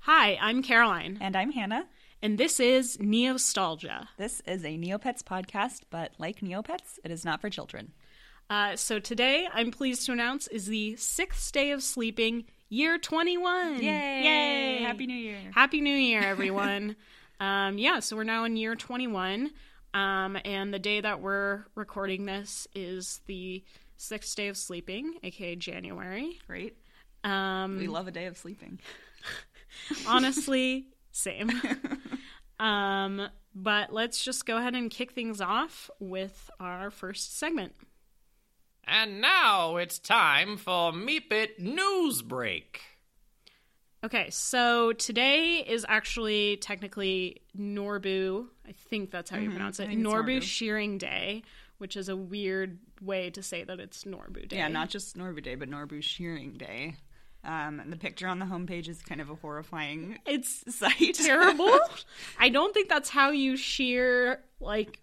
Hi, I'm Caroline, And I'm Hannah. and this is Neostalgia. This is a Neopets podcast, but like Neopets, it is not for children. Uh, so today, I'm pleased to announce, is the sixth day of sleeping, year 21. Yay! Happy New Year. Happy New Year, everyone. um, yeah, so we're now in year 21. Um, and the day that we're recording this is the sixth day of sleeping, aka January. Great. Um, We love a day of sleeping. honestly same um but let's just go ahead and kick things off with our first segment And now it's time for Meep It News Break. okay so today is actually technically norbu i think that's how you pronounce it Mm-hmm. I think it's norbu, Norbu. shearing day which is a weird way to say that it's norbu day Yeah, not just Norbu Day, but Norbu Shearing Day. Um, and the picture on the homepage is kind of a horrifying it's sight. terrible i don't think that's how you shear like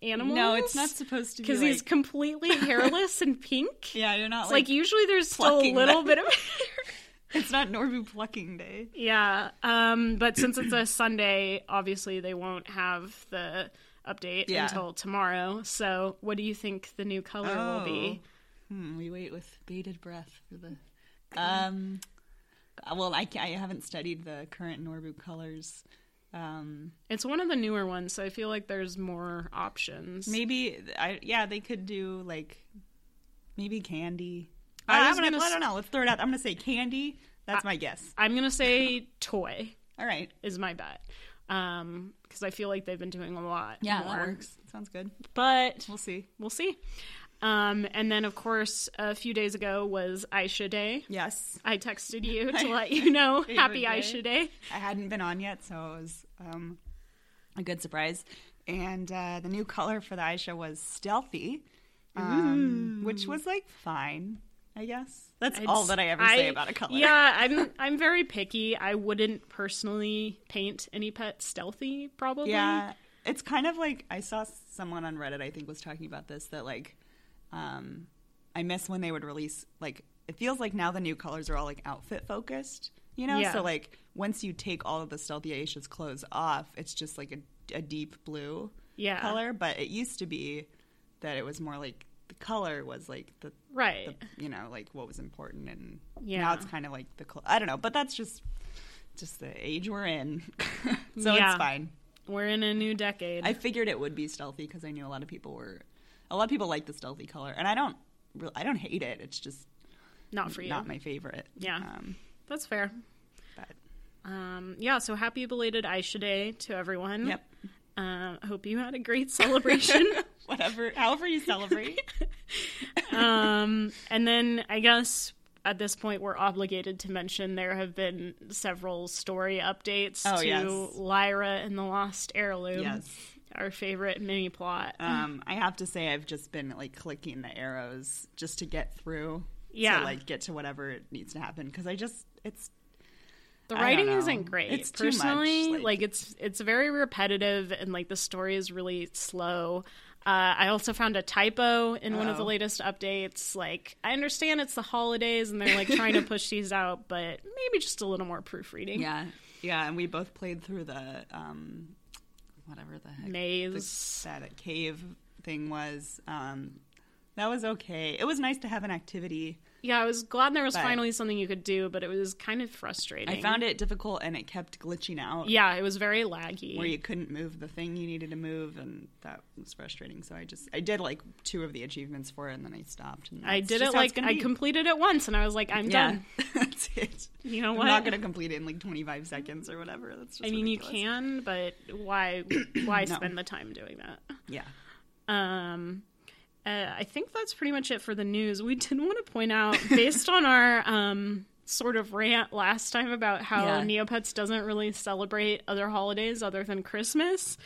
animals no, it's not supposed to be. because he's like- completely hairless and pink yeah, you're not It's like, like, usually there's still a plucking little them. bit of it's not Norbu Plucking Day. yeah um but since it's a sunday obviously they won't have the update Yeah. until tomorrow so what do you think the new color will be Hmm, we wait with bated breath for the. Um, well, I, ca- I haven't studied the current Norbu colors. Um, it's one of the newer ones so i feel like there's more options maybe I yeah they could do like maybe candy. I I, was I'm gonna, gonna I don't know. Let's throw it out. I'm gonna say candy. That's my guess. i'm gonna say toy All right. is my bet um because i feel like they've been doing a lot more. Sounds good. but We'll see. we'll see um and then of course a few days ago was aisha day Yes, I texted you to let you know happy day. Aisha Day. I hadn't been on yet, so it was um, a good surprise. And uh, the new color for the Aisha was stealthy, um, which was like fine, I guess. That's Mm. I'd all s- that I ever say about a color. Yeah, I'm I'm very picky. I wouldn't personally paint any pet stealthy, probably. Yeah. It's kind of like I saw someone on Reddit I think was talking about this that like um I miss when they would release like it feels like now the new colors are all like outfit focused, you know? Yeah. So like once you take all of the stealthy Aisha's clothes off, it's just like a, a deep blue Yeah. color, but it used to be that it was more like the color was like the Right. the, you know, like what was important and Yeah. now it's kind of like the cl- I don't know, but that's just just the age we're in. so Yeah. it's fine. We're in a new decade. I figured it would be stealthy because I knew a lot of people were, a lot of people like the stealthy color, and I don't, re- I don't hate it. It's just Not for you. not my favorite. Yeah. Um, That's fair. but Um, yeah, so happy belated Aisha Day to everyone. yep. Um, hope you had a great celebration. Whatever. However you celebrate. um, and then I guess at this point we're obligated to mention there have been several story updates Oh, to yes. Lyra and the Lost Heirloom, Yes. our favorite mini plot. um, I have to say I've just been like clicking the arrows just to get through. Yeah. To like get to whatever needs to happen because I just it's the I don't writing know. isn't great. It's too much, personally like- like it's it's very repetitive and like the story is really slow. Uh, I also found a typo in one of the Uh-oh. latest updates. Like, I understand it's the holidays and they're like trying to push these out, but maybe just a little more proofreading. yeah yeah, and we both played through the um, whatever the heck Maze. that cave thing was. Um, that was okay. It was nice to have an activity. Yeah, I was glad there was But- finally something you could do, but it was kind of frustrating. I found it difficult and it kept glitching out Yeah, it was very laggy. where you couldn't move the thing you needed to move and that was frustrating. So I just I did like two of the achievements for it and then I stopped. And I that's did just it how it's like gonna I be. completed it once, and I was like, I'm Yeah. done. that's it. You know I'm what? not going to complete it in like 25 seconds or whatever. That's just I mean, ridiculous. you can, but why? Why No. spend the time doing that? Yeah. Um, uh, I think that's pretty much it for the news. We did want to point out, based on our um sort of rant last time about how Yeah. Neopets doesn't really celebrate other holidays other than Christmas,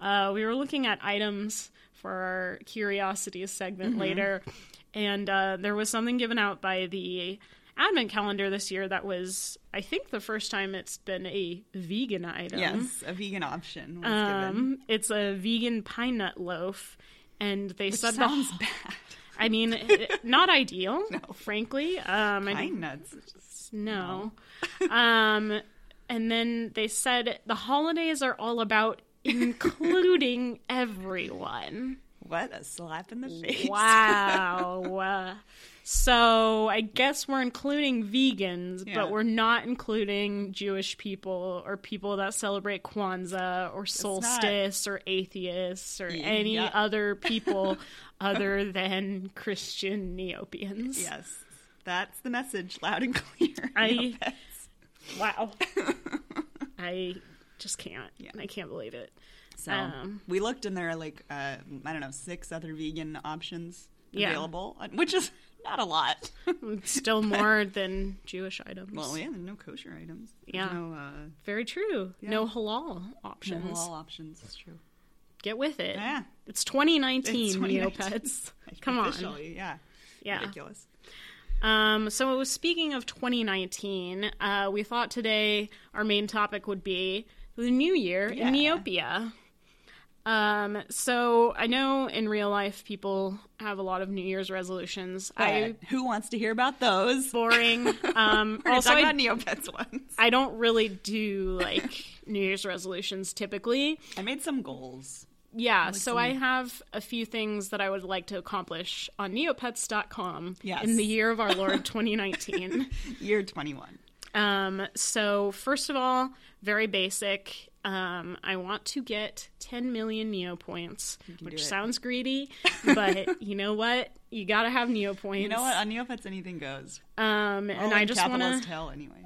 uh, we were looking at items for our curiosities segment Mm-hmm. later, and uh, there was something given out by the advent calendar this year that was i think the first time it's been a vegan item Yes, a vegan option was given. um, it's a vegan pine nut loaf, and they said the. Sounds bad. I mean, it- not ideal, frankly. Um, I- Pine nuts. no. um, And then they said the holidays are all about including everyone. What a slap in the face. Wow. so I guess we're including vegans, Yeah. but we're not including Jewish people or people that celebrate Kwanzaa or solstice or atheists or any Yeah. other people other than Christian Neopians. Yes. That's the message, loud and clear. I- Yes. Wow. I just can't. Yeah. I can't believe it. So Um, we looked, and there are like uh, I don't know six other vegan options Yeah. available, uh, which is not a lot. Still more than Jewish items. well, yeah, there are no kosher items. There's Yeah. no uh, Very true. No halal no options. halal options. That's true. Get with it. Yeah. It's 2019, It's 2019. Neopets. Come on. Officially, yeah. Yeah. ridiculous. Um, so, speaking of 2019, uh, we thought today our main topic would be the new year Yeah. in Neopia. Um, so, I know in real life people have a lot of New Year's resolutions. I But who wants to hear about those? boring. Um, We're also, talking I, about Neopets ones. I don't really do like New Year's resolutions typically. I made some goals. Yeah, so I have a few things that I would like to accomplish on neopets.com Yes. in the year of our Lord 2019. Year twenty one. um, so, first of all, very basic. Um, I want to get 10 million Neo points, do which it. sounds greedy, but you know what? You gotta have Neo points. You know what? On Neopets, anything goes. Um, and All I in just want capitalist to. hell anyway.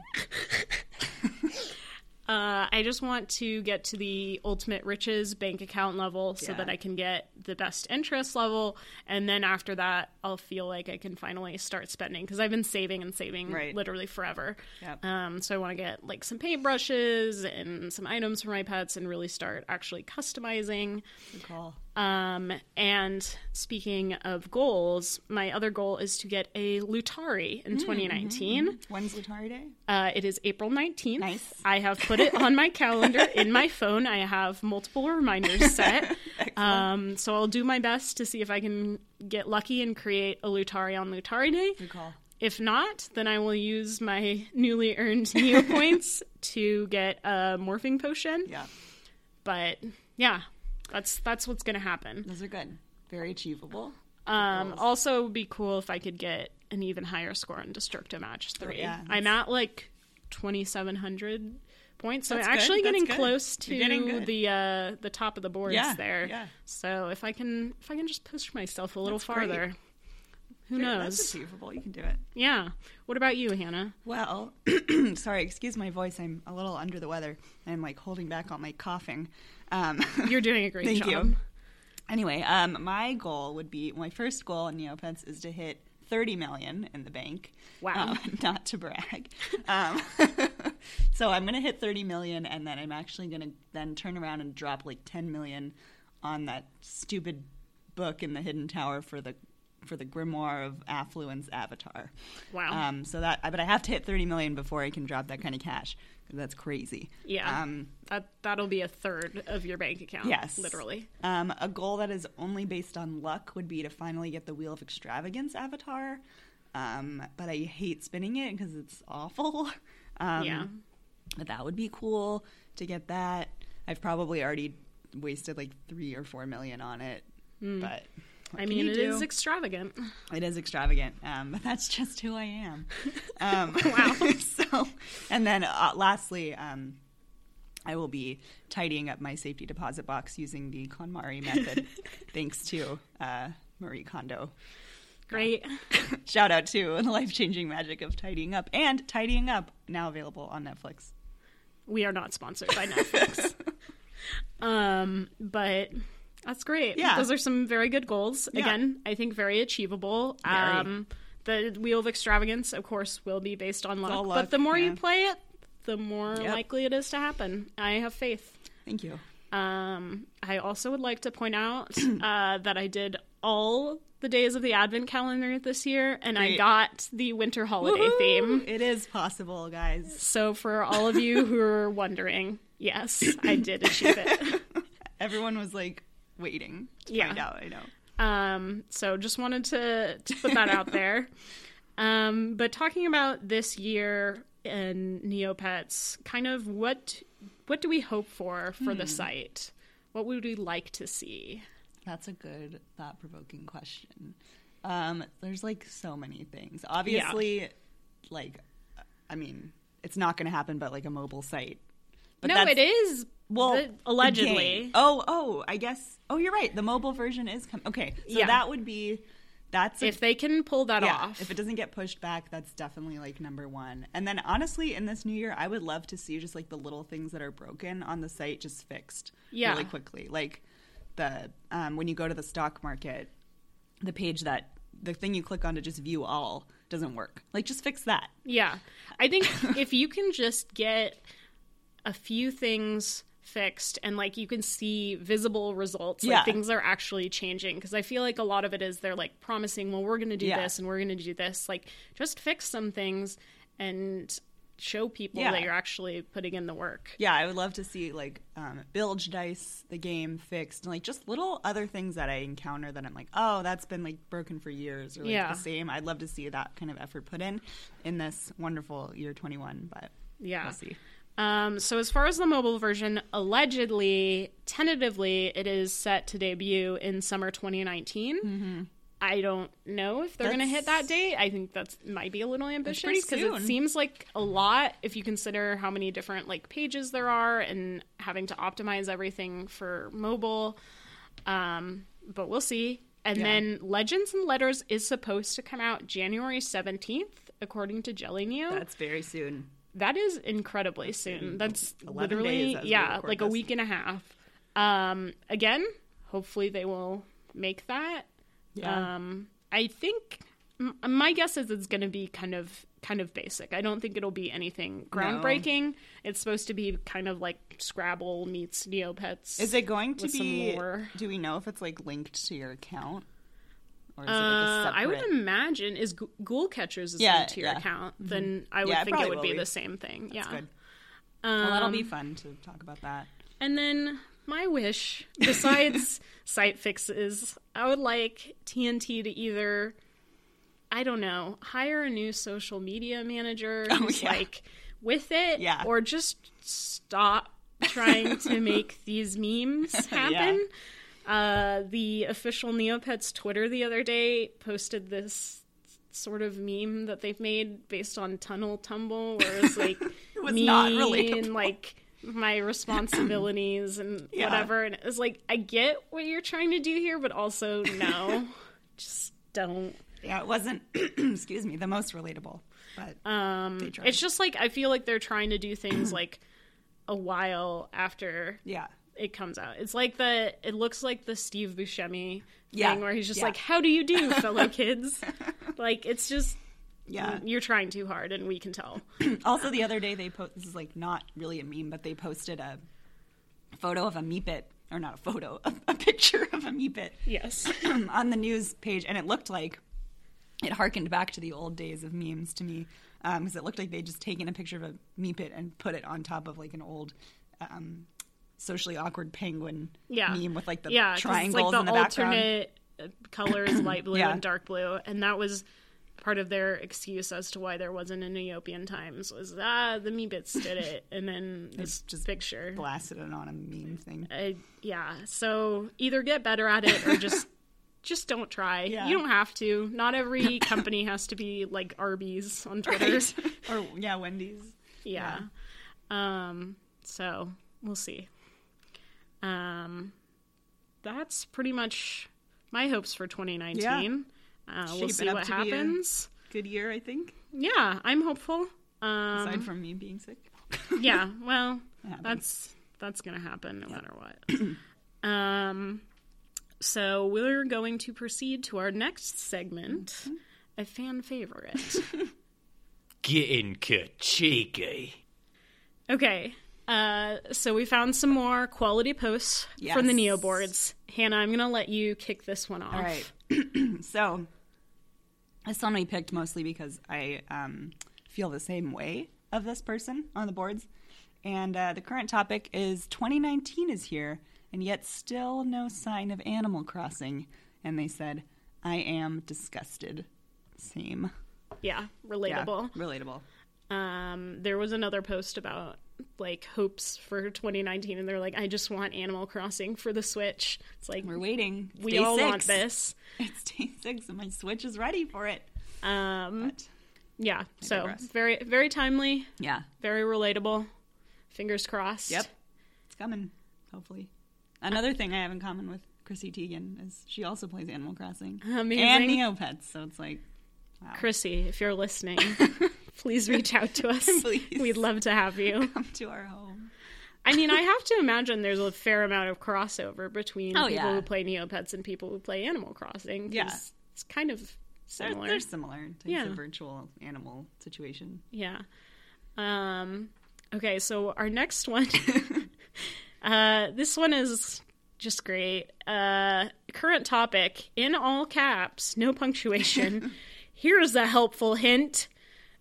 Uh, I just want to get to the ultimate riches bank account level so Yeah. that I can get the best interest level. And then after that, I'll feel like I can finally start spending because I've been saving and saving Right. literally forever. Yep. Um, so I want to get like some paintbrushes and some items for my pets and really start actually customizing. Good call. Um, and speaking of goals, my other goal is to get a Lutari Hmm, in 2019. When's Latari Day? Uh, it is April 19th. Nice. I have put it on my calendar in my phone. I have multiple reminders set. um, so I'll do my best to see if I can get lucky and create a Lutari on Lutari Day. Good call. If not, then I will use my newly earned Neo points to get a morphing potion. Yeah, But yeah, that's that's what's going to happen. those are good. Very achievable. Um, also, it would be cool if I could get an even higher score on Destructo Match 3. Oh, yeah, I'm at like 2,700 points, so That's I'm actually good, that's getting good. close You're getting to good. the uh, the top of the boards Yeah, there. yeah. So if I can if I can just push myself a little That's great. farther, who Very- That's knows? achievable. You can do it. Yeah. What about you, Hannah? Well, sorry, excuse my voice. I'm a little under the weather. I'm like holding back all my coughing. Um, You're doing a great Thank job. you. anyway, um, my goal would be my first goal in Neopets is to hit 30 million in the bank. Wow. Um, not to brag. Um, so I'm going to hit 30 million and then I'm actually going to then turn around and drop like 10 million on that stupid book in the hidden tower for the for the grimoire of affluence avatar. Wow. Um, so that but I have to hit 30 million before I can drop that kind of cash. 'cause That's crazy. Yeah. Um, that that'll be a third of your bank account. Yes. Literally. Um, a goal that is only based on luck would be to finally get the Wheel of Extravagance avatar. Um, but I hate spinning it because it's awful. Um, Yeah. But that would be cool to get that. I've probably already wasted like three or four million on it. But what Hmm. I can mean, you it is do? extravagant. It is extravagant, um, but that's just who I am. Um, Wow. so, and then uh, lastly, um, I will be tidying up my safety deposit box using the KonMari method, thanks to uh, Marie Kondo. Great. Shout out to the life changing magic of tidying up and tidying up now available on Netflix. we are not sponsored by Netflix. um, but that's great. Yeah. Those are some very good goals. Yeah. Again, I think very achievable. Very. Um the Wheel of Extravagance, of course, will be based on luck. all but luck, the more you yeah. play it, the more Yep. likely it is to happen. I have faith. Thank you. Um, I also would like to point out uh, that I did all the days of the Advent calendar this year, and I Great. got the winter holiday Woohoo! theme. It is possible, guys. So, for all of you who are wondering, yes, I did achieve it. Everyone was like waiting to Yeah. find out. I know. Um, so, just wanted to, to put that out there. Um, but talking about this year and Neopets, kind of what what do we hope for for Hmm. the site? What would we like to see? That's a good thought provoking question. Um, there's like so many things. Obviously, like, I mean, it's not going to happen, but like a mobile site. But no, that's- it is Well, the- the game. allegedly. Oh, oh, I guess. Oh, you're right. The mobile version is coming. Okay, so Yeah. that would be. That's a If they can pull that yeah, off, If it doesn't get pushed back, that's definitely like number one. And then honestly, in this new year, I would love to see just like the little things that are broken on the site just fixed Yeah. really quickly. Like the um, when you go to the stock market, the page that the thing you click on to just view all doesn't work. Like just fix that. Yeah. I think if you can just get a few things fixed and like you can see visible results, like Yeah. things are actually changing. Because I feel like a lot of it is they're like promising, well, we're going to do Yeah. this and we're going to do this. Like just fix some things and show people Yeah. that you're actually putting in the work. Yeah, I would love to see like um, bilge dice the game fixed and like just little other things that I encounter that I'm like, oh, that's been like broken for years or like Yeah. the same. I'd love to see that kind of effort put in in this wonderful year 21, but Yeah. we'll see. Um, so, as far as the mobile version, allegedly, tentatively, it is set to debut in summer 2019. I don't know if they're going to hit that Mm-hmm. That's- date. I think that's might be a little ambitious pretty because soon. it seems like a lot if you consider how many different like pages there are and having to optimize everything for mobile. Um, but we'll see. And Yeah. then Legends and Letters is supposed to come out January 17th, according to Jelly Neo. That's very soon. That is incredibly soon. That's 11 days literally as we yeah, record like a this. week and a half. Um again, hopefully they will make that. Yeah. Um I think m- my guess is it's going to be kind of kind of basic. I don't think it'll be anything groundbreaking. It's supposed to be kind of like Scrabble meets Neopets. is it going to with some be lore. do we know if it's like linked to your account? Or is Uh, I would imagine is G- Ghoul Catchers is Yeah, linked to your yeah. Mm-hmm. account. Then I would Yeah, it think probably it would will be, be. the same thing. yeah, good. well, that'll Um, be fun to talk about that. And then my wish, besides site fixes, I would like TNT to either, I don't know, hire a new social media manager who's Oh, yeah. like with it, Yeah. or just stop trying to make these memes happen. Uh, the official Neopets Twitter the other day posted this sort of meme that they've made based on Tunnel Tumble, where it's like It was me not relatable. and like my responsibilities and Yeah. whatever. And it's like I get what you're trying to do here, but also no, just don't. Yeah, it wasn't excuse me, the most relatable. But um they tried. It's just like I feel like they're trying to do things like a while after yeah. it comes out. It's like the it looks like the Steve Buscemi Yeah. thing where he's just Yeah. like, "How do you do, fellow kids?" like it's just Yeah. you're trying too hard, and we can tell. Also, the other day they po- this is like not really a meme, but they posted a photo of a meepit or not a photo, a, a picture of a meepit Yes. on the news page, and it looked like it harkened back to the old days of memes to me because it looked like they'd just taken a picture of a meepit and put it on top of like an old. Um, Socially awkward penguin yeah. meme with like the 'cause it's triangles in the background. alternate uh, colors, light blue Yeah. and dark blue, and that was part of their excuse as to why there wasn't a Neopian Times was ah the Meebits did it, and then this just picture. Blasted it on a meme thing. I, yeah, so either get better at it or just just don't try. Yeah. You don't have to. Not every company has to be like Arby's on Twitter. or yeah, Wendy's. Yeah. Um, so we'll see. Um, that's pretty much my hopes for 2019. Uh, we'll Shaping see up what to be a- happens. Good year, I think. Yeah, I'm hopeful. Um, Aside from me being sick. yeah, well, happens. that's that's gonna happen no matter what. um, so we're going to proceed to our next segment, Mm-hmm. a fan favorite. Getting ka Okay. Uh, so we found some more quality posts from the Yes. Neo boards. Hannah, I'm going to let you kick this one off. All right. so, this one we picked mostly because I um, feel the same way of this person on the boards. And uh, the current topic is 2019 is here, and yet still no sign of Animal Crossing. And they said, I am disgusted. Same. Yeah, relatable. Relatable. um, there was another post about like hopes for 2019, and they're like, I just want Animal Crossing for the Switch. It's like We're waiting. It's we day all want six. this. It's day six, and my Switch is ready for it. Um, But yeah, so digress. very very timely, yeah, very relatable. Fingers crossed. Yep. It's coming, hopefully. Another thing I have in common with Chrissy Teigen is she also plays Animal Crossing and Amazing. Neopets, so it's like, wow. Chrissy, if you're listening, please reach out to us. Please. We'd love to have you. come to our home. I mean, I have to imagine there's a fair amount of crossover between Oh, people yeah. who play Neopets and people who play Animal Crossing. 'cause Yeah. It's kind of They're, similar. they're similar. It's Yeah. a virtual animal situation. Yeah. Um, okay, so our next one. uh, this one is just great. Uh, current topic in all caps, no punctuation. Here's a helpful hint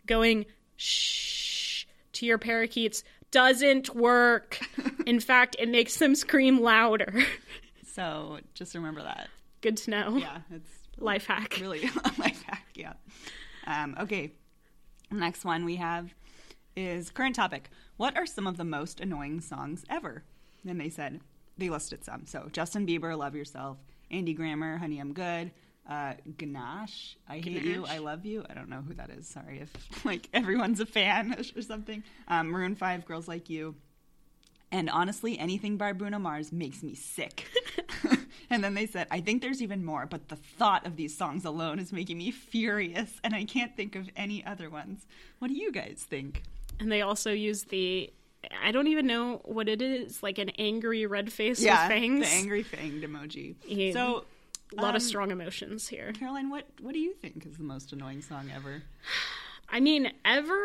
going shh to your parakeets doesn't work. In fact, it makes them scream louder. So just remember that. Good to know. Yeah, it's Life hack. really a life hack. Yeah. Um, okay. Next one we have is current topic. What are some of the most annoying songs ever? Then they said they listed some. So Justin Bieber, "Love Yourself," Andy Grammer, "Honey I'm Good," uh, Ganache, "I Hate You," Ganache. "I Love You." I don't know who that is. Sorry if like everyone's a fan or something. Um, Maroon Five, "Girls Like You." And honestly, anything by Bruno Mars makes me sick. and then they said, I think there's even more, but the thought of these songs alone is making me furious, and I can't think of any other ones. What do you guys think? And they also use the I don't even know what it is, like an angry red face with fangs. the angry fanged emoji. Yeah. So, A lot of Um, strong emotions here. Caroline, what, what do you think is the most annoying song ever? I mean, ever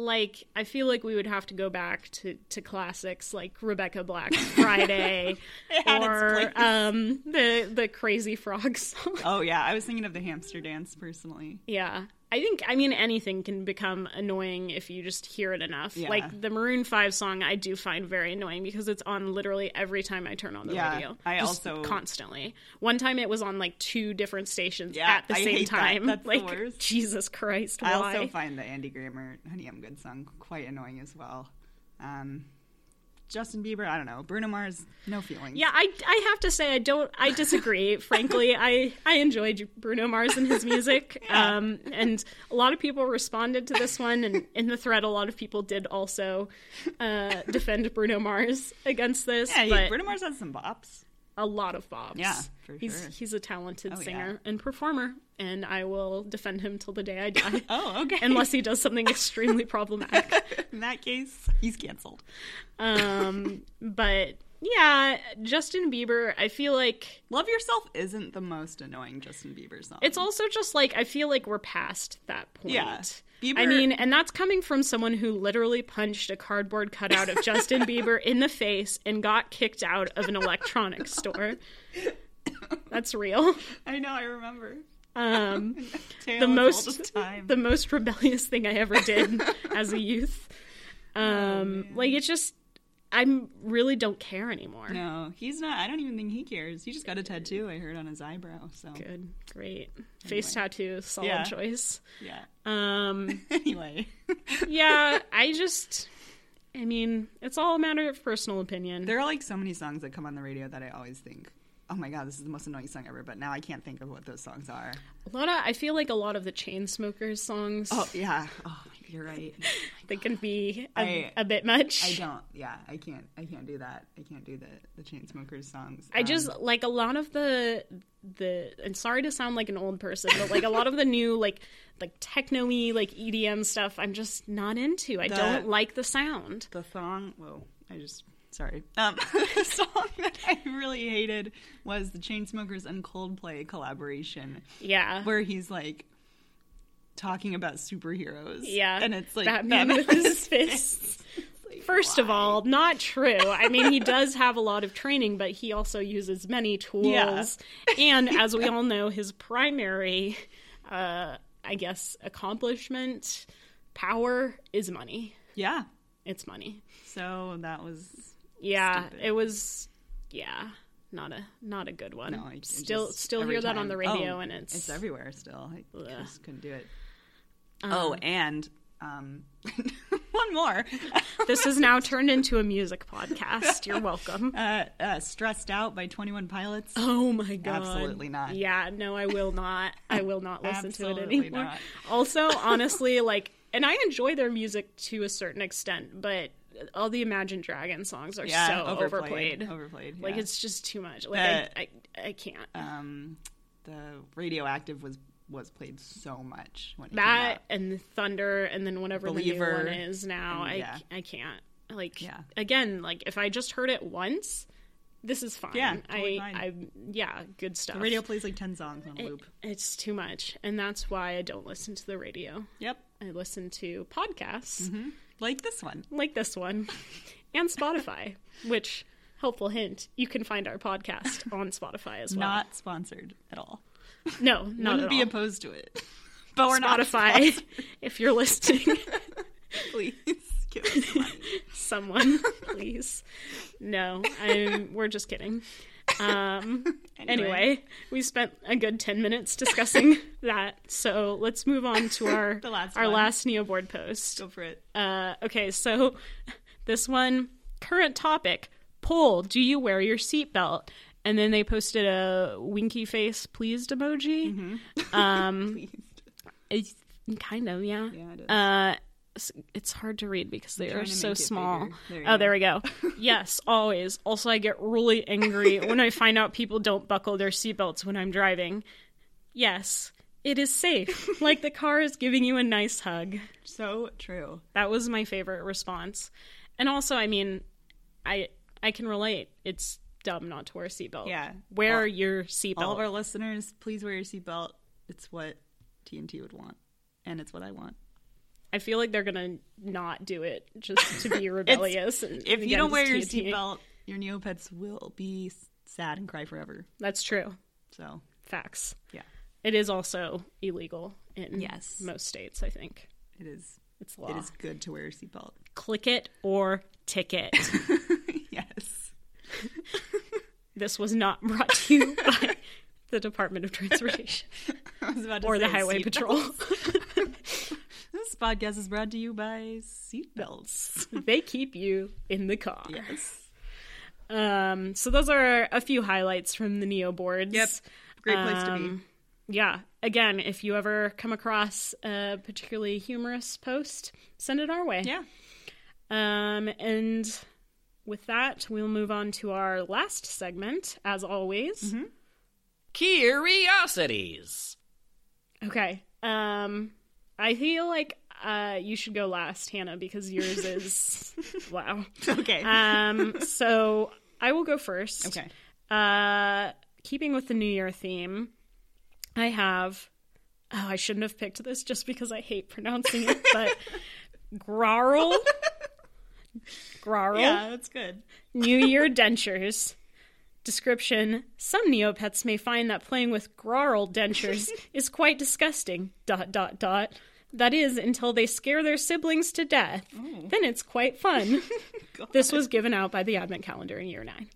like I feel like we would have to go back to, to classics like Rebecca Black's Friday It had its or place. um the the Crazy Frog song. Oh, yeah, I was thinking of the hamster dance personally. yeah. I think I mean anything can become annoying if you just hear it enough. Yeah. Like the Maroon 5 song I do find very annoying because it's on literally every time I turn on the Yeah, radio. I Just also- constantly. One time it was on like two different stations Yeah, at the I same hate that. time. That's the like worst. Jesus Christ, why? I also find the Andy Grammer "Honey I'm Good" song quite annoying as well. Um, Justin Bieber, I don't know. Bruno Mars, no feelings. Yeah, I, I have to say I don't I disagree. Frankly, I I enjoyed Bruno Mars and his music. Um, and a lot of people responded to this one, and in the thread, a lot of people did also uh, defend Bruno Mars against this. yeah. he- but Bruno Mars has some bops. a lot of bops. Yeah, for he's sure. he's a talented Oh, yeah. singer and performer, and I will defend him till the day I die. Oh, okay. Unless he does something extremely problematic. in that case, he's canceled. Um, but yeah, Justin Bieber, I feel like Love Yourself isn't the most annoying Justin Bieber song. It's also just like I feel like we're past that point. Yeah. I Bieber- mean, and that's coming from someone who literally punched a cardboard cutout of Justin Bieber in the face and got kicked out of an electronics store. That's real. I know, I remember. Um, Tale the as old most as time. the most rebellious thing I ever did as a youth. Oh, Um, like it's just I'm really don't care anymore. no, he's not. I don't even think he cares. He just got a tattoo. I heard on his eyebrow. So Good, great face tattoo, solid Yeah. choice. yeah. Um. Anyway, yeah, I just, I mean, it's all a matter of personal opinion. there are like so many songs that come on the radio that I always think, oh my god, this is the most annoying song ever. But now I can't think of what those songs are. a lot of, I feel like a lot of the Chainsmokers songs, Oh yeah. Oh, you're right. they can be a, I- a bit much. I don't. Yeah, I can't. I can't do that. I can't do the the Chainsmokers songs. I Um, just like a lot of the the and sorry to sound like an old person, but like a lot of the new like like techno-y like EDM stuff, I'm just not into. I The- don't like the sound. the song whoa i just sorry um the song that i really hated was the chainsmokers and coldplay collaboration Yeah. where he's like talking about superheroes yeah. and it's like Batman with his fists. First of all, not true. I mean, he does have a lot of training, but he also uses many tools. Yeah. And as we all know, his primary, uh, I guess, accomplishment, power is money. yeah It's money. so that was Yeah, Stupid. it was. Yeah, not a not a good one. no oh, I still just- still every hear that on time- the radio, oh, and it's, it's everywhere still i Ugh. just couldn't do it um, oh and Um, one more. This has now turned into a music podcast. You're welcome. uh, uh, Stressed Out by 21 Pilots. Oh my god. Absolutely not. Yeah, no, I will not. I will not listen to it Absolutely anymore. not. Also, honestly, like and I enjoy their music to a certain extent, but all the Imagine Dragon songs are so overplayed. Overplayed. Like Oh, yeah. it's just too much. Like That- I, I I can't. um, the radioactive was was played so much when it came that out. and Thunder and then whatever Believer, the new one is now. and I yeah. I can't. Like Yeah. again, like if I just heard it once, this is fine. Yeah, totally I fine. I yeah, good stuff. The radio plays like ten songs on a It- loop. it's too much, and that's why I don't listen to the radio. Yep, I listen to podcasts Mm-hmm. like this one. like this one and Spotify, which helpful hint, you can find our podcast on Spotify as well. Not sponsored at all. no, not Wouldn't at be all. opposed to it, but we're not. Spotify, if you're listening, Please give us some money. someone, please. No, I'm, we're just kidding. Um, anyway, we spent a good 10 minutes discussing that, so let's move on to our, The last our one. last Neoboard post. go for it. Uh, okay, so this one current topic poll: Do you wear your seatbelt? And then they posted a winky face pleased emoji. Mm-hmm. Um, Please. it's kind of yeah. Yeah, it is. Uh, s- it's hard to read because they trying are to so make it small. bigger. There you oh, go. there we go. yes, always. Also, I get really angry when I find out people don't buckle their seatbelts when I'm driving. Yes, it is safe. like the car is giving you a nice hug. so true. That was my favorite response. And also, I mean, I I can relate. It's dumb not to wear a seatbelt. Yeah. Wear your All of seatbelt. our listeners, please wear your seatbelt. It's what TNT would want, and it's what I want. I feel like they're going to not do it just to be rebellious. and If you against don't wear your TNT. seatbelt, your Neopets will be s- sad and cry forever. That's true. So, Facts. yeah, It is also illegal in Yes. most states, I think. it is. It's law. It is good to wear a seatbelt. Click it or ticket. yes. this was not brought to you by the Department of Transportation I was about to or the say Highway seat- Patrol. This podcast is brought to you by seatbelts. they keep you in the car. Yes. Um, so those are a few highlights from the Neo boards. Yep. Great place to be. Um, Yeah. Again, if you ever come across a particularly humorous post, send it our way. Yeah. Um, and with that, we'll move on to our last segment, as always. Mm-hmm. Curiosities. Okay. Um, I feel like uh, you should go last, Hannah, because yours is wow. Okay. Um, so I will go first. okay. Uh, keeping with the New Year theme, I have. Oh, I shouldn't have picked this just because I hate pronouncing it, but Grarl. Grarl. Yeah, that's good. New Year dentures. Description Some Neopets may find that playing with Grarl dentures is quite disgusting. Dot, dot, dot. That is, until they scare their siblings to death. Oh. Then it's quite fun. this was given out by the Advent calendar in year nine.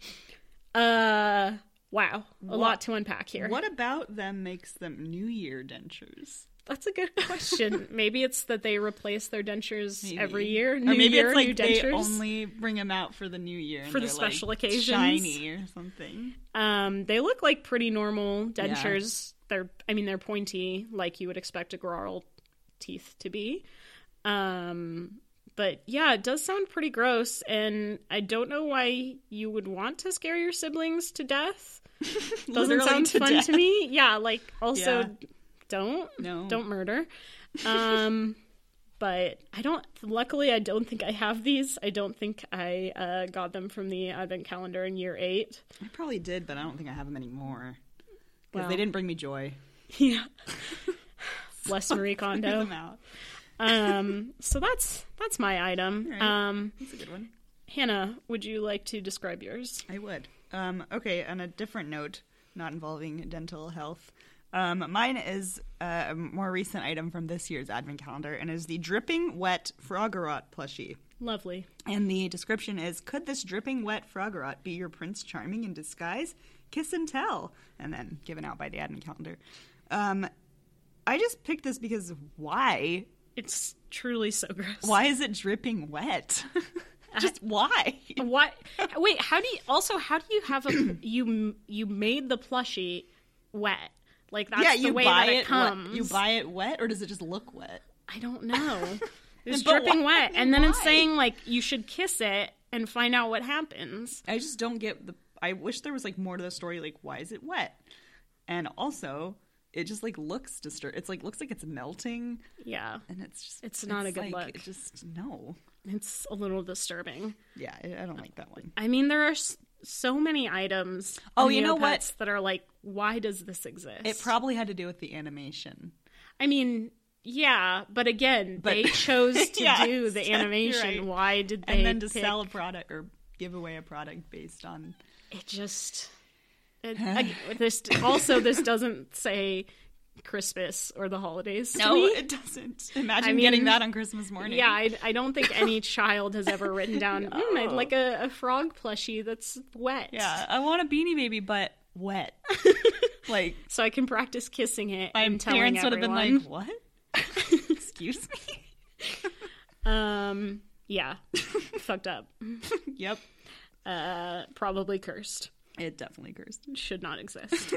Uh, wow. A lot to unpack here. What about them makes them New Year dentures? That's a good question. maybe it's that they replace their dentures every year. or New maybe year, it's like new they dentures. only bring them out for the New Year and For the they're, like, special occasions. shiny or something. Um, they look like pretty normal dentures. They're, I mean, they're pointy, like you would expect a Grarl teeth to be. Um, but yeah, it does sound pretty gross, and I don't know why you would want to scare your siblings to death. Doesn't Literally sound to fun death. to me. Yeah, like also, Yeah. don't No. don't murder. Um, but I don't. Luckily, I don't think I have these. I don't think I uh, got them from the advent calendar in year eight. I probably did, but I don't think I have them anymore. Because Well. they didn't bring me joy. Yeah. Bless Marie Bring Kondo. them out. Um, so that's that's my item. All right. Um, That's a good one. Hannah, would you like to describe yours? I would. Um, okay, on a different note, not involving dental health, um, mine is uh, a more recent item from this year's advent calendar and is the dripping wet Froggerot plushie. Lovely. And the description is Could this dripping wet Froggerot be your Prince Charming in disguise? Kiss and tell. And then given out by the advent calendar. Um, I just picked this because why? It's truly so gross. Why is it dripping wet? Just why? What? Wait, how do you? Also, how do you have a you you made the plushie wet? Like that's yeah, the you way buy that it, it. comes. wet. You buy it wet, or does it just look wet? I don't know. It's But dripping why? wet, and then it's Why? saying like you should kiss it and find out what happens. I just don't get the. I wish there was like more to the story. Like, why is it wet? And also, it just like looks disturbed. It's like looks like it's melting, Yeah, and it's just It's not a good like, look. It just no. it's a little disturbing. Yeah, I I don't like that one. I mean, there are s- so many items. Oh, in you know what? Neopets That are like, why does this exist? It probably had to do with the animation. I mean, yeah, but again, But- they chose to Yeah, do the you're animation. right. Why did they? and then to pick- sell a product or give away a product based on it just. It, ag- this also this doesn't say Christmas or the holidays. to me. it doesn't imagine I mean- getting that on christmas morning Yeah, I, I don't think any child has ever written down, "Hmm, I'd like a, a frog plushie that's wet. yeah i want a beanie baby but wet like So I can practice kissing it. my and telling parents would have everyone. been like what excuse me um, yeah, fucked up. yep Uh, probably cursed. it definitely cursed Should not exist.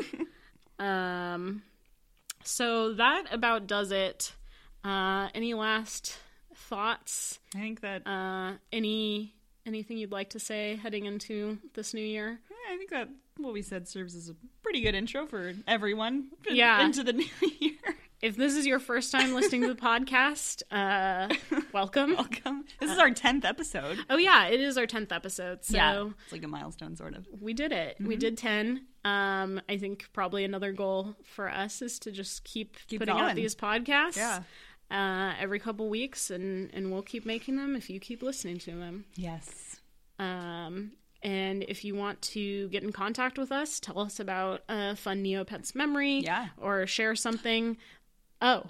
um, so that about does it. Uh, any last thoughts? i think that Uh, any anything you'd like to say heading into this new year? i think that what we said serves as a pretty good intro for everyone in- Yeah. into the new year If this is your first time listening to the podcast, uh, welcome. welcome this is our 10th episode Oh yeah, it is our tenth episode, so it's like a milestone sort of we did it. Mm-hmm. We did ten. Um, I think probably another goal for us is to just keep, Keep putting out going. these podcasts. Yeah. Uh, every couple weeks, and and we'll keep making them if you keep listening to them. yes Um, and if you want to get in contact with us, tell us about a fun Neopets memory, Yeah. or share something. Oh,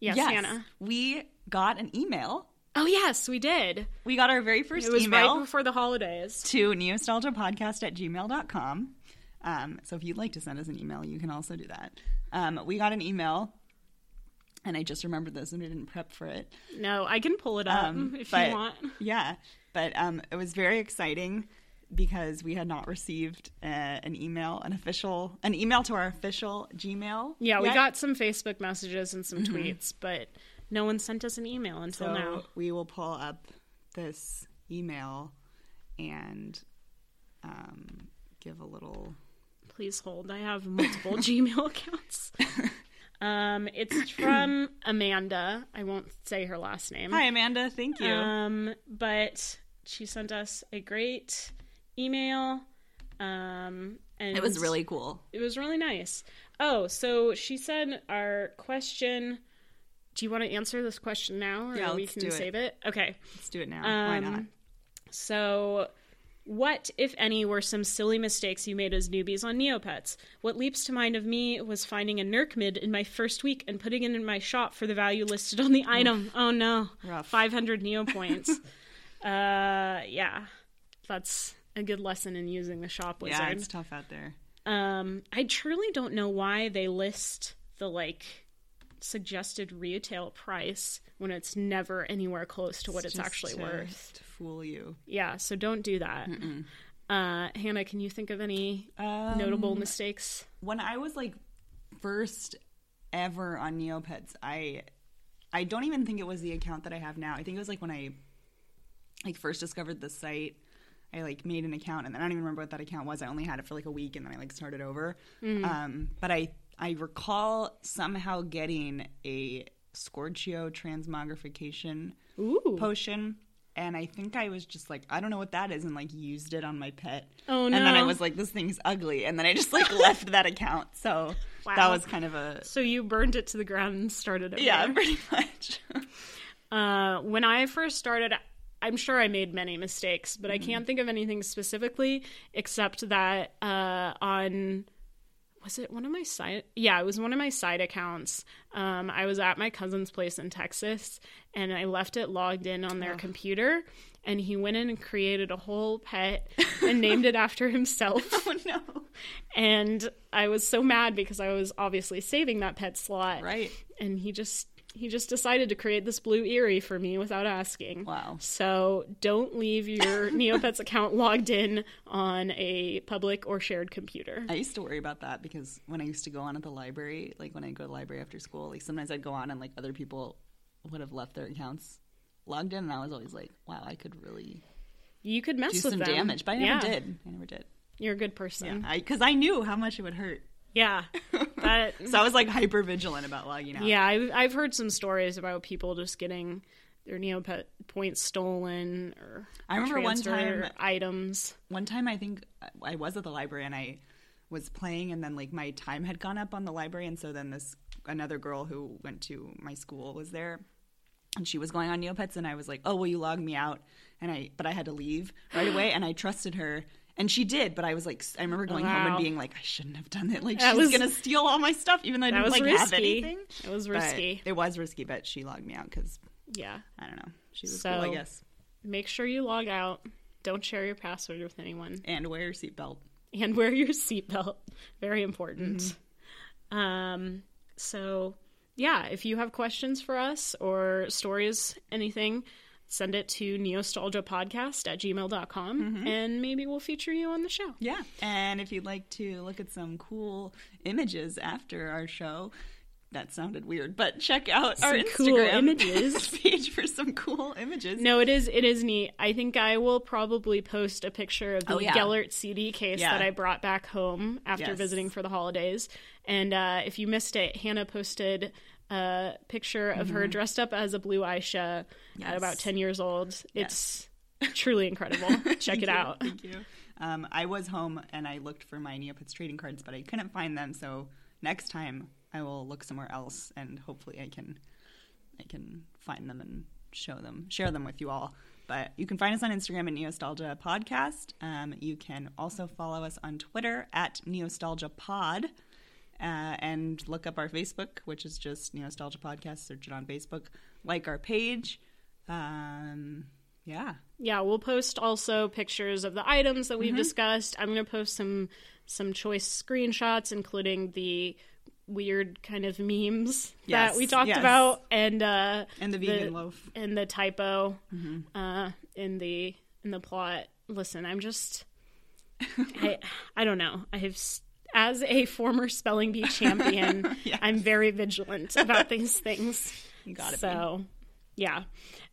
yes, yes Hannah. we got an email Oh yes, we did. We got our very first It was email right before the holidays. to neostalgiapodcast at gmail.com. Um, so if you'd like to send us an email, you can also do that. Um, we got an email, and I just remembered this and I didn't prep for it. No, I can pull it up Um, if but- you want. Yeah, but um, it was very exciting because we had not received uh, an email, an official, an email to our official Gmail. Yeah, we yet. got some Facebook messages and some tweets, but no one sent us an email Mm-hmm. So until now. we will pull up this email and um, give a little. Please hold. I have multiple Gmail accounts. Um, it's from Amanda. I won't say her last name. Hi, Amanda. Thank you. Um, but she sent us a great email. Um, and It was really cool. it was really nice. Oh, so she said our question. Do you want to answer this question now, or Yeah, we let's can do it. save it? Okay. Let's do it now. Why Um, not? So, what, if any, were some silly mistakes you made as newbies on Neopets? What leaps to mind of me was finding a Nerc mid in my first week and putting it in my shop for the value listed on the item. Oh no, Rough. 500 Neo points. uh, yeah, that's a good lesson in using the shop wizard. Yeah, it's tough out there. Um, I truly don't know why they list the like suggested retail price when it's never anywhere close to what it's, Just actually to- worth. To fool you. Yeah, so don't do that. Uh, Hannah, can you think of any notable mistakes? When I was like first ever on Neopets, I I don't even think it was the account that I have now. I think it was like when I like first discovered the site. I like made an account and I don't even remember what that account was. I only had it for like a week and then I like started over. Mm. Um, but I I recall somehow getting a Scorchio transmogrification Ooh. potion and i think i was just like i don't know what that is and like used it on my pet Oh, and then i no. was like this thing's ugly and then i just like left that account so that Wow. was kind of a so you burned it to the ground and started it. yeah pretty much Uh, when I first started, I'm sure I made many mistakes, but I can't think of anything specifically except that uh, on was it one of my side? Yeah, it was one of my side accounts. Um, I was at my cousin's place in Texas, and I left it logged in on their computer. And he went in and created a whole pet and named it after himself. oh no And I was so mad because I was obviously saving that pet slot. right And he just He just decided to create this blue eerie for me without asking. Wow. So don't leave your Neopets account logged in on a public or shared computer. I used to worry about that because when I used to go on at the library, like when I go to the library after school, like sometimes I'd go on and like other people would have left their accounts logged in, and I was always like, "Wow, I could really You could mess do with some them. damage," but I never Yeah. did. I never did. You're a good Yeah, person. because I, knew how much it would hurt, Yeah. That so I was like hyper vigilant about logging out. Yeah, I've, I've heard some stories about people just getting their Neopet points stolen or I remember one transferred time- items. one time I think I was at the library and I was playing and then like my time had gone up on the library and so then this another girl who went to my school was there and she was going on Neopets and I was like, "Oh, will you log me out?" And I but I had to leave right away and I trusted her and she did, but I was like, I remember going home and Wow. being like, I shouldn't have done it. Like That she's was- gonna steal all my stuff, even though I That didn't was like risky. have anything. It was But risky. it was risky, but she logged me out because yeah. I don't know. She was cool, I So- guess. Make sure you log out. Don't share your password with anyone. And wear your seatbelt. and wear your seatbelt. Very important. Um, so, yeah, if you have questions for us or stories, anything, send it to neostalgiapodcast at gmail.com and maybe we'll feature you on the show. Yeah. And if you'd like to look at some cool images after our show, that sounded weird, but check out our Some cool Instagram images. page for some cool images. No, it is it is neat. I think I will probably post a picture of the Oh, yeah. Gellert CD case Yeah. that I brought back home after Yes. visiting for the holidays. And uh, if you missed it, Hannah posted a picture of her dressed up as a blue Aisha at Mm-hmm. Yes. about ten years old. It's truly incredible. Check Thank it you, out. Thank you. Um, I was home and I looked for my Neopets trading cards, but I couldn't find them. So next time I will look somewhere else and hopefully I can I can find them and show them, share them with you all. But you can find us on Instagram at Neostalgia Podcast. Um, you can also follow us on Twitter at Neostalgia Pod. Uh, and look up our Facebook, which is just Neostalgia Podcast. Search it on Facebook. Like our page. Um, yeah. Yeah, we'll post also pictures of the items that we've Mm-hmm. discussed. I'm going to post some some choice screenshots, including the weird kind of memes Yes, that we talked yes. about, and uh, And the vegan loaf. and the typo Mm-hmm. uh, in the in the plot. Listen, I'm just I I don't know. I have s- as a former spelling bee champion, I'm very vigilant about these things. You got it. So, yeah.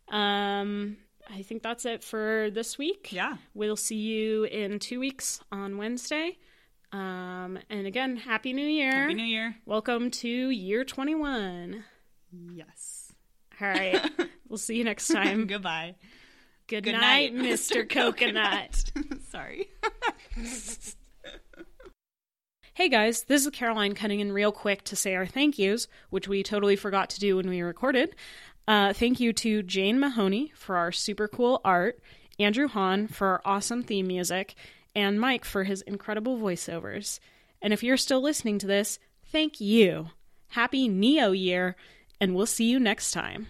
Um, I think that's it for this week. Yeah. We'll see you in two weeks on Wednesday. Um, and again, Happy New Year. Happy New Year. Welcome to year 21. Yes. All right. we'll see you next time. Goodbye. Good, Good night, Mr. Coconut. Sorry. Hey guys, this is Caroline cutting in real quick to say our thank yous, which we totally forgot to do when we recorded. Uh, thank you to Jane Mahoney for our super cool art, Andrew Hahn for our awesome theme music, and Mike for his incredible voiceovers. And if you're still listening to this, thank you. Happy Neo Year, and we'll see you next time.